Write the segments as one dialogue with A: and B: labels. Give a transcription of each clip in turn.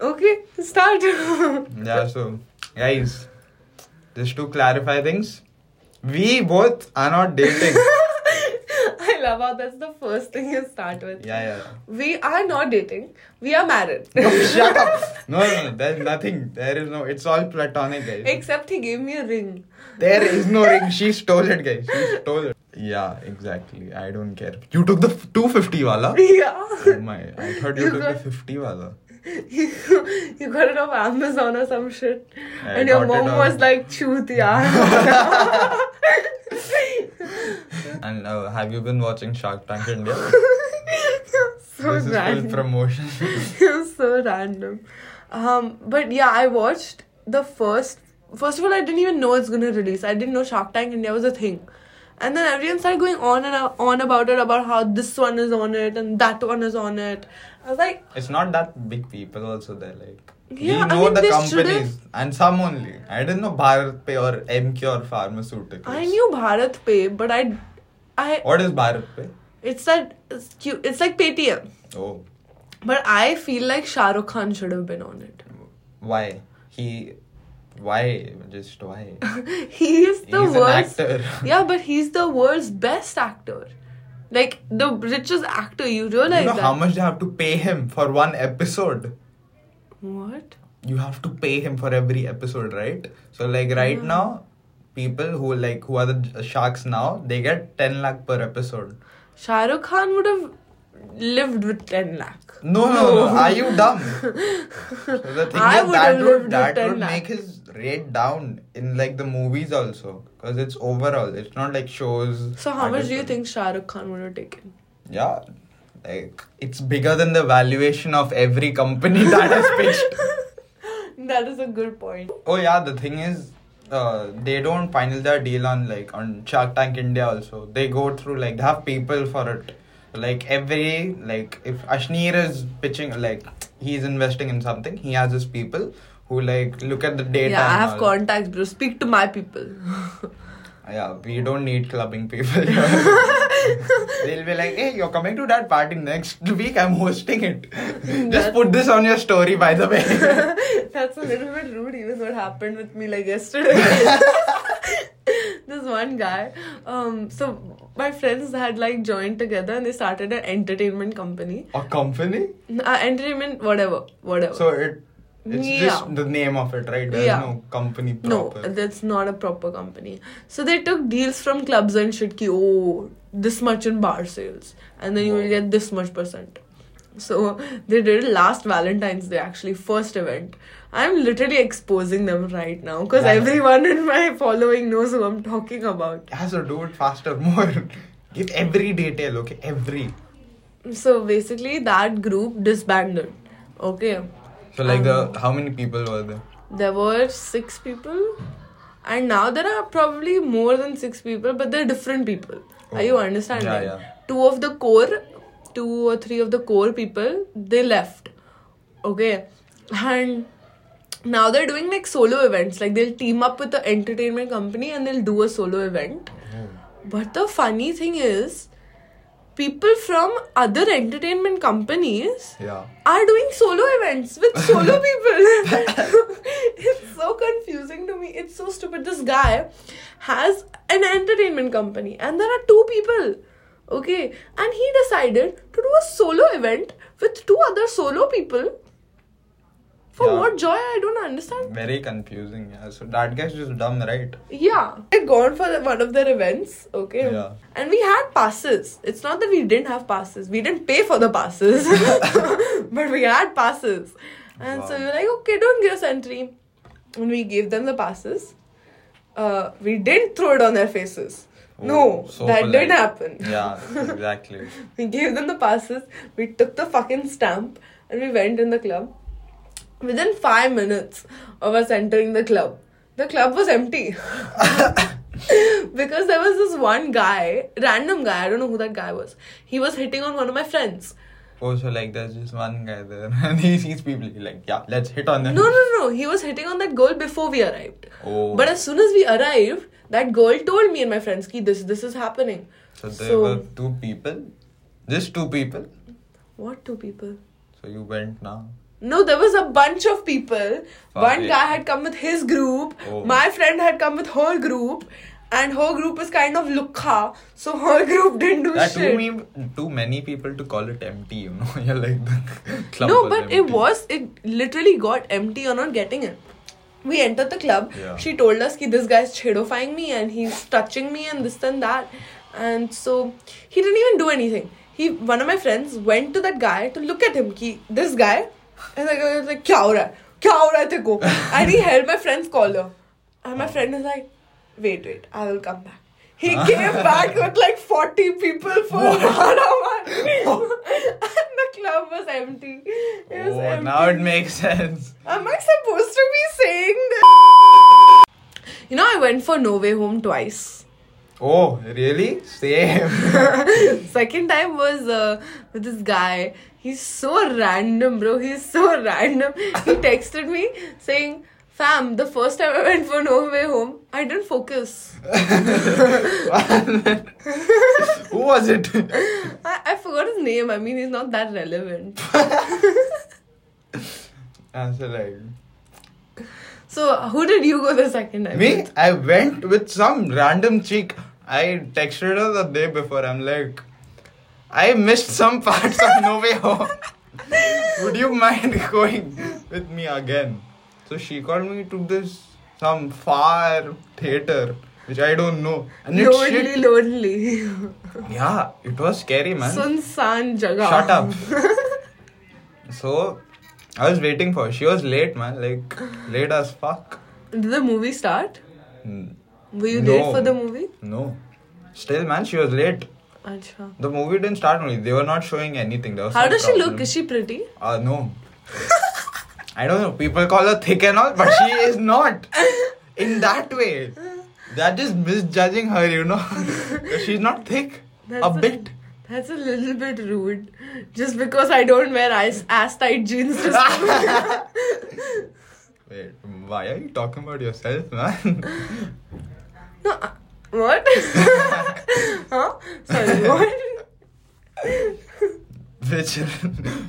A: Okay, start.
B: Yeah, so guys, just to clarify things, we both are not dating.
A: I love how that's the first thing you start with.
B: yeah, yeah.
A: We are not dating. We are married.
B: Shut up! No, no, no, there's nothing. There is no. It's all platonic, guys.
A: Except he gave me a ring.
B: There is no ring. She stole it, guys. She stole it. Yeah, exactly. I don't care. You took the f- 250 wala.
A: Yeah.
B: Oh my! I thought you,
A: You
B: took
A: got-
B: the 50 wala.
A: you, you got it off Amazon or some shit.
B: I
A: and your
B: got it
A: mom
B: on-
A: was like, Chut yaar.
B: And uh, have you been watching Shark Tank India?
A: so
B: this is full
A: random.
B: promotion.
A: so random. Um, but yeah, I watched the first. First of all, I didn't even know it's gonna release. I didn't know Shark Tank India was a thing. And then everyone started going on and on about it, about how this one is on it and that one is on it. I was like,
B: it's not that big people. Also, they're like.
A: Yeah, I
B: we know
A: mean,
B: the
A: they
B: companies
A: should've-
B: and some only. I didn't know Bharat Pay or MQ or Pharmaceuticals.
A: I knew Bharat Pay, but I, I
B: What is Bharat Pay?
A: it's that it's, cute, it's like Paytm,
B: Oh,
A: but I feel like Shah Rukh Khan should have been on it.
B: why he? Why just why?
A: he is the
B: He's an
A: worst.
B: actor.
A: yeah, but he's the world's best actor. Like the richest actor. You realize
B: you know
A: that?
B: how much you have to pay him for one episode?
A: What?
B: You have to pay him for every episode, right? So like right now, people who like who are the sharks now, they get ten lakh per episode.
A: Shah Rukh Khan would have lived with ten lakh.
B: No, no, no. Are you dumb? So the thing
A: I
B: is,
A: would
B: that
A: have lived
B: would,
A: with
B: that
A: 10
B: would
A: lakh.
B: make his rate down in like the movies also, because it's overall. It's not like shows.
A: So how much do you
B: artists.
A: think Shah Rukh Khan would have taken?
B: Yeah, like it's bigger than the valuation of every company that has pitched.
A: That is a good point.
B: Oh yeah, the thing is, uh, they don't final their deal on like on Shark Tank India also. They go through like they have people for it. Like every like if Ashneer is pitching like he's investing in something, he has his people who like look at the data.
A: yeah, I
B: and
A: have
B: all.
A: contacts, bro. Speak to my people.
B: Yeah, we don't need clubbing people. They'll be like, hey, you're coming to that party next week. I'm hosting it. Just put this on your story, by the way.
A: That's a little bit rude, even what happened with me like yesterday. this one guy, um, so my friends had like joined together and they started an entertainment company.
B: A company.
A: Uh, entertainment, whatever, whatever.
B: So it it's just
A: Yeah.
B: the name of it, right? There's
A: Yeah.
B: no company
A: no, uh,
B: proper.
A: that's not a proper company. So they took deals from clubs and shit. Ki, oh, this much in bar sales, and then you will
B: Wow.
A: get this much percent. So they did it last Valentine's Day, actually first event. I'm literally exposing them right now because
B: Yeah.
A: everyone in my following knows who I'm talking about.
B: Yeah, so do it faster, more. Give every detail, okay? Every.
A: So basically, that group disbanded. Okay,
B: So like
A: Um,
B: the how many people were there?
A: there were six people and now there are probably more than six people but they're different people are you
B: Oh.
A: understanding
B: Yeah, yeah.
A: two of the core two or three of the core people they left okay and now they're doing like solo events like they'll team up with the entertainment company and they'll do a solo event
B: Oh.
A: but the funny thing is people from other entertainment companies
B: Yeah.
A: are doing solo events with solo people. it's so confusing to me. It's so stupid. This guy has an entertainment company, and there are two people. Okay, and he decided to do a solo event with two other solo people. For
B: Yeah.
A: what joy? I don't understand.
B: Very confusing, yeah. So that guy's just dumb, right?
A: Yeah, I had gone for the- one of their events. Okay,
B: Yeah.
A: and we had passes. It's not that we didn't have passes. We didn't pay for the passes, but we had passes. And so
B: Wow.
A: we were like, okay, don't give us entry. And we gave them the passes. Uh, we didn't throw it on their faces. no,
B: Oh, so
A: that
B: polite.
A: didn't happen.
B: Yeah, exactly.
A: We gave them the passes. We took the fucking stamp and we went in the club. Within five minutes of us entering the club, the club was empty. because there was this one guy, random guy, I don't know who that guy was. He was hitting on one of my friends.
B: Oh, so like there's just one guy there and he sees people he's like, yeah, let's hit on them.
A: No, no, no. He was hitting on that girl before we arrived.
B: Oh.
A: But as soon as we arrived, that girl told me and my friends, Ki, this, this is happening.
B: So there were two people. Just two people.
A: what two people?
B: So you went now.
A: No, there was a bunch of people.
B: Fuck,
A: One
B: yeah.
A: guy had come with his group.
B: Oh.
A: My friend had come with her group. And her group is kind of lukha. So her group didn't do
B: That
A: Oh, shit.
B: too, mean, too many people to call it empty, you know. You're like the club.
A: no,
B: was
A: but
B: empty.
A: it was. It literally got empty on not getting it. We entered the club.
B: Yeah.
A: She told us that this guy's chedofying me and he's touching me and this and that. And so he didn't even do anything. He one of my friends went to that guy to look at him. Ki, this guy. And the guy was like, Kya ho raha? hai? Kya ho raha hai teko? And he held my friend's collar. And my friend is like, wait, wait, I will come back. He came back with like 40 people for one hour. and the club was empty. It was
B: Oh,
A: empty.
B: now it makes sense.
A: Am I supposed to be saying this? You know, I went for No Way Home twice.
B: Oh, really? Same.
A: Second time was uh, with this guy. He's so random, bro. He's so random. He texted me saying, Fam, the first time I went for No Way Home, I didn't focus.
B: Who was it?
A: I, I forgot his name. I mean, he's not that relevant.
B: Answer like
A: So, who did you go the second time?
B: me.
A: with?
B: I went with some random chick. I texted her the day before. I'm like, I missed some parts of No Way Home. Would you mind going with me again? So she called me to this some far theater which I don't know. And it's
A: Lonely,
B: shit.
A: lonely.
B: Yeah, it was scary, man.
A: Sunsan Jaga.
B: Shut up. so I was waiting for her. She was late, man. Like late as fuck.
A: Did the movie start?
B: Mm,
A: Were you
B: No.
A: there for the movie?
B: No. Still, man, she was late.
A: Acha.
B: The movie didn't start only. They were not showing anything. There was
A: How
B: some
A: does she
B: problem.
A: look? Is she pretty?
B: Uh, no. I don't know. People call her thick and all, but she is not. In that way. They're just misjudging her, you know. She's not thick. a bit.
A: That's a little bit rude. Just because I don't wear ass tight jeans to school.
B: Wait, why are you talking about yourself, man?
A: no, uh, what? huh? Sorry, what?
B: Which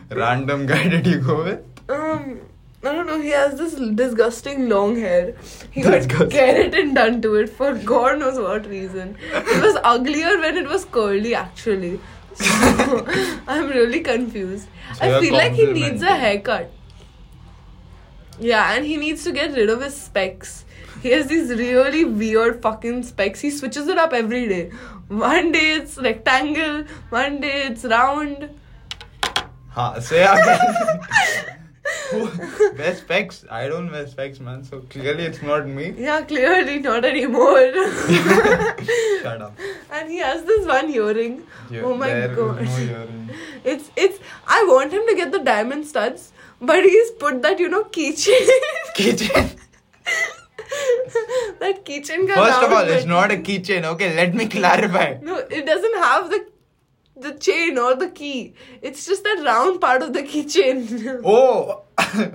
B: random guy did you go with?
A: Um, I don't know. He has this disgusting long hair. He got
B: Disgusting.
A: keratin done to it for God knows what reason. It was uglier when it was curly, actually. So I'm really confused.
B: So
A: I
B: you're
A: feel like he needs a
B: complimenting.
A: haircut. Yeah, and he needs to get rid of his specs. He has these really weird fucking specs. He switches it up every day. One day it's rectangle, one day it's round.
B: Ha, say again. Who- wear specs? I don't wear specs, man. So clearly it's not me.
A: Yeah, clearly not anymore.
B: Shut up.
A: And he has this one earring.
B: You-
A: oh my
B: there is
A: god.
B: no earring.
A: It's it's I want him to get the diamond studs, but he's put that, you know, keychain.
B: Keychain.
A: that keychain ka
B: First of
A: round
B: all, it's
A: bit.
B: not a keychain. Okay, let me clarify.
A: No, it doesn't have the the chain or the key. It's just that round part of the keychain.
B: Oh,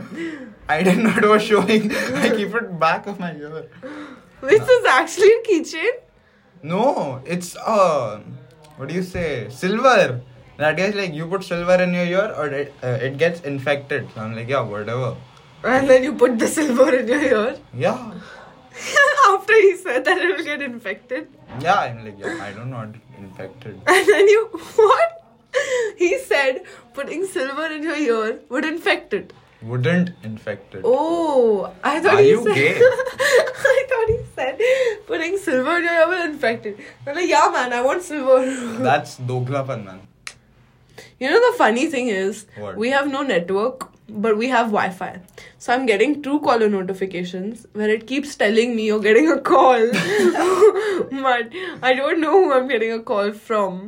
B: I did not was showing. I keep it back of my ear.
A: Which is actually a keychain.
B: No, it's uh, what do you say? Silver. That guy's like, you put silver in your ear, or it, uh, it gets infected. So I'm like, yeah, whatever.
A: And then you put the silver in your ear.
B: Yeah,
A: After he said that it will get infected.
B: yeah. I'm like, yeah, I don't want infected.
A: And then you what? He said putting silver in your ear would infect it.
B: Wouldn't infected.
A: Oh, I thought
B: Are
A: he
B: you
A: said.
B: gay?
A: I thought he said putting silver in your ear will infect it. I'm like, yeah, man, I want silver.
B: That's doglapan, man.
A: You know the funny thing is,
B: What?
A: we have no network, but we have Wi-Fi. So I'm getting true caller notifications where it keeps telling me you're getting a call, but I don't know who I'm getting a call from.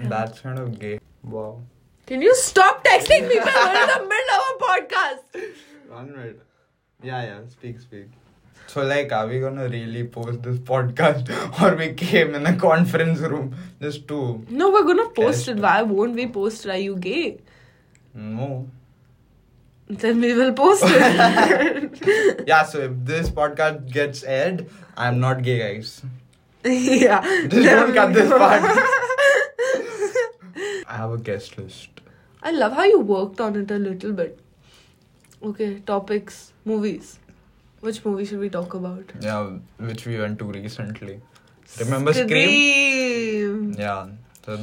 B: That's kind of gay. Wow.
A: Can you stop texting people? We're in the middle of a podcast.
B: One minute. Yeah, yeah. Speak, speak. So, like, are we gonna really post this podcast, or we came in a conference room just to?
A: No, we're gonna post it.
B: Yes.
A: Why won't we post it? Are you gay?
B: No.
A: Then we will post it.
B: Yeah. So if this podcast gets aired, I'm not gay, guys.
A: yeah.
B: Just don't cut this part.
A: part.
B: I have a guest list.
A: I love how you worked on it a little bit. Okay, topics, movies. Which movie should we talk about?
B: Yeah, which we went to recently. Remember Scream?
A: Scream.
B: Yeah. So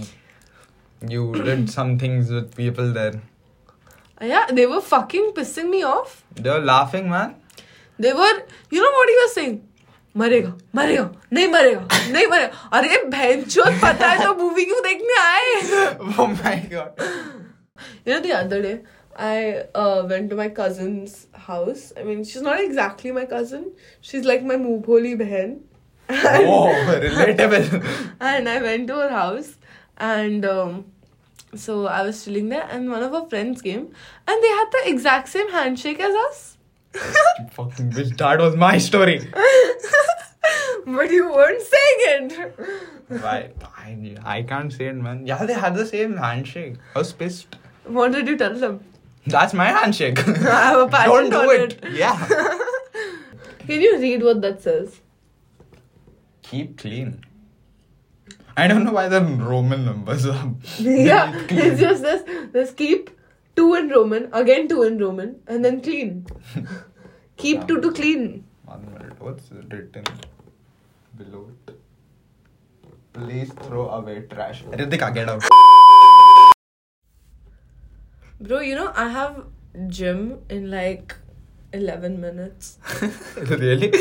B: you did some things with people there.
A: Yeah, they were fucking pissing me off.
B: They were laughing, man.
A: They were, you know what he was saying? मरेगा मरेगा नहीं मरेगा नहीं मरेगा अरे भैंचोद पता है तो मूवी क्यों देखने आए
B: oh my god.
A: You know, the other day, I uh, went to my cousin's house. I mean, she's not exactly my cousin. She's like my mubholi behen.
B: Oh, relatable.
A: And I went to her house. And um, so I was chilling there. And one of her friends came. And they had the exact same handshake as us.
B: You Fucking bitch, that was my story.
A: but you weren't saying it.
B: Why? I, I can't say it, man. Yeah, they had the same handshake. I was pissed.
A: What did you tell them?
B: That's my handshake.
A: I have a
B: Don't
A: patent
B: do
A: on
B: it.
A: it.
B: Yeah.
A: Can you read what that says?
B: Keep clean. I don't know why the Roman numbers are.
A: yeah, it's just this. This keep two in Roman, again two in Roman, and then clean. keep two to clean.
B: One minute. What's written below it? Please throw away trash. Ritika, get out.
A: Bro, you know I have gym in like eleven minutes.
B: really?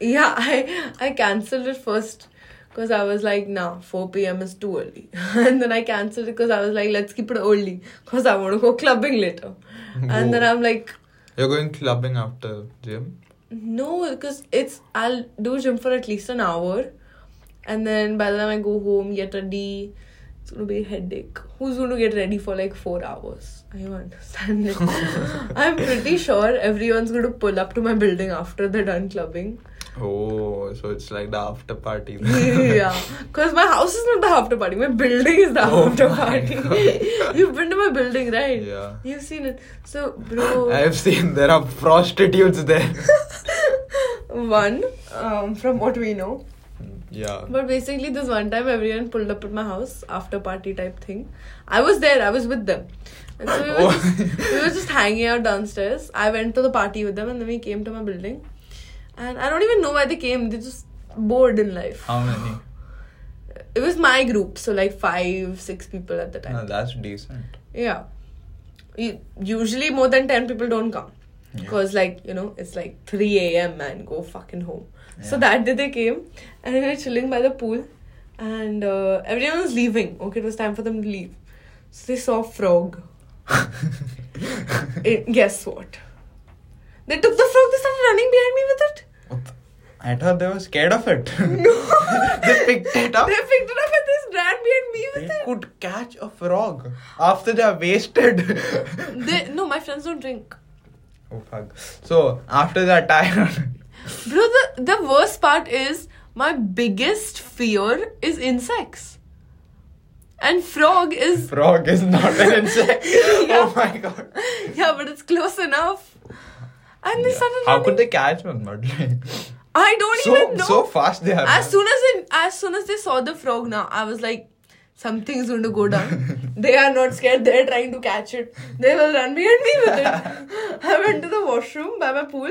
A: Yeah, I I cancelled it first because I was like, nah, four p.m. is too early, and then I cancelled it because I was like, let's keep it early because I want to go clubbing later, and then
B: Whoa.
A: I'm like.
B: You're going clubbing after gym?
A: No, because it's I'll do gym for at least an hour, and then by the time I go home, get ready, it's gonna be a headache. Who's gonna get ready for like four hours? I don't understand it. I'm pretty sure everyone's gonna pull up to my building after they're done clubbing.
B: Oh, so it's like the after party.
A: yeah, because my house is not the after party. My building is the
B: Oh
A: after
B: my
A: party.
B: God.
A: You've been to my building, right?
B: Yeah.
A: You've seen it. So, bro.
B: I've seen there are prostitutes there.
A: one um, from what we know
B: yeah.
A: But basically, this one time, everyone pulled up at my house after party type thing. I was there. I was with them. And so we were,
B: Oh.
A: just, we were just hanging out downstairs. I went to the party with them, and then we came to my building. And I don't even know why they came. They're just bored in life.
B: How many?
A: It was my group, so like five, six people at the time.
B: No, that's decent.
A: Yeah. U- Usually, more than ten people don't come.
B: Yeah.
A: Because, like, you know, it's like 3 a.m., man, go fucking home. So
B: Yeah.
A: that day they came and we were chilling by the pool and uh, everyone was leaving. Okay, it was time for them to leave. So they saw a frog. Eh, guess what? They took the frog, they started running behind me with it.
B: What the- I thought they were scared of it. they picked it up.
A: They picked it up and they ran behind me with
B: They
A: it.
B: could catch a frog after they are wasted.
A: They, no, my friends don't drink.
B: oh fuck. So after the attack,
A: Bro, the, the worst part is my biggest fear is insects. And frog is.
B: frog is not an insect.
A: Yeah.
B: Oh my god.
A: Yeah, but it's close enough. And they
B: Yeah.
A: started
B: How
A: running.
B: could they catch one? Not like
A: I don't
B: so
A: even know.
B: so fast they are.
A: as soon as in, as soon as they saw the frog now, I was like, something's going to go down. they are not scared. They're trying to catch it. They will run behind me with it. I went to the washroom by my pool,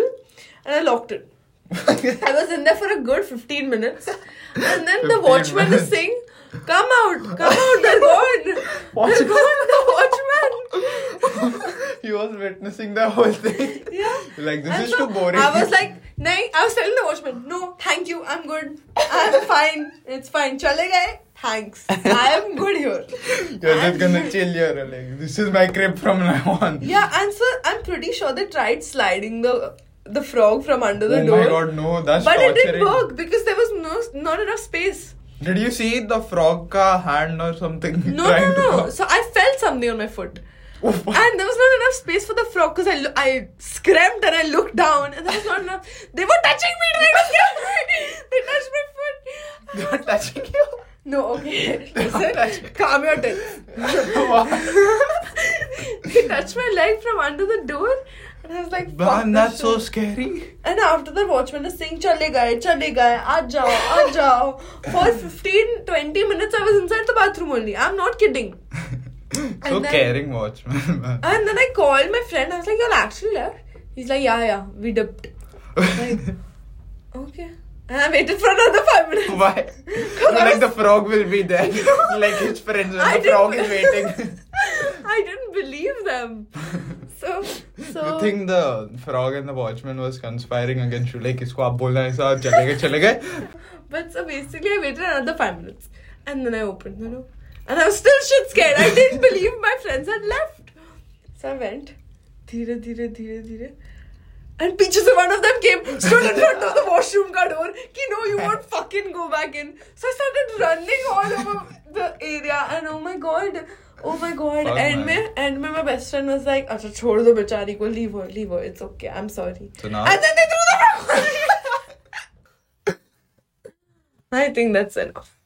A: and I locked it. I was in there for a good 15 minutes. And then the
B: 15
A: watchman is
B: minutes.
A: saying, Come out, come out, they're gone. They're
B: Watchman.
A: gone, the watchman.
B: he was witnessing the whole thing.
A: Yeah.
B: Like this
A: And
B: is
A: so
B: too boring.
A: I was like, Nay, I was telling the watchman, No, thank you, I'm good. I'm fine, it's fine. Chale gaye, thanks. I am good here.
B: You're just gonna chill here. Like this is my crib from now on.
A: Yeah, and so I'm pretty sure they tried sliding the the frog from under the
B: oh
A: door.
B: my god, no, that's
A: But it
B: torturing.
A: didn't work because there was no not enough space.
B: Did you see the frog ka hand or something?
A: No,
B: trying
A: no,
B: to
A: no.
B: go-
A: So I felt something on my foot.
B: Oh, fuck.
A: And there was not enough space for the frog because I, lo- I screamed and I looked down and there was not enough. They were touching me right away. They touched my foot.
B: They were touching you.
A: No, okay.
B: They were
A: Listen,
B: touching-
A: calm your tits.
B: What?
A: they touched my leg from under the door and I was like, fuck
B: Man, that's
A: this
B: so
A: shit.
B: scary.
A: And after the watchman is saying, chale gaye, chale gaye, aaj jao, aaj jao. For 15, 20 minutes I was inside the bathroom only. I'm not kidding.
B: so
A: then-
B: caring watch.
A: And then I called my friend. I was like, "You're actually left." He's like, "Yeah, yeah, we dipped." like, okay. And I waited for another five minutes.
B: Why?
A: I
B: like
A: was-
B: the frog will be there. like his friends,
A: I
B: and the
A: didn't-
B: frog is waiting.
A: I didn't believe them. So, so
B: you think the frog and the watchman was conspiring against you? Like, इसको आप बोलना ऐसा चले गए चले गए.
A: but so basically, I waited another five minutes, and then I opened the door, and I was still shit scared. I didn't believe my friends had left, so I went, धीरे धीरे धीरे धीरे. And पीछे से one of them came, stood in front of the washroom का door, कि no, you won't fucking go back in. So I started running all over the area, and oh my god, oh my god.
B: Fuck,
A: end
B: man.
A: में end में my best friend was like, अच्छा छोड़ दो बेचारी को, leave her, leave her, it's okay, I'm sorry.
B: So now-
A: And then they threw the frog. I think that's enough.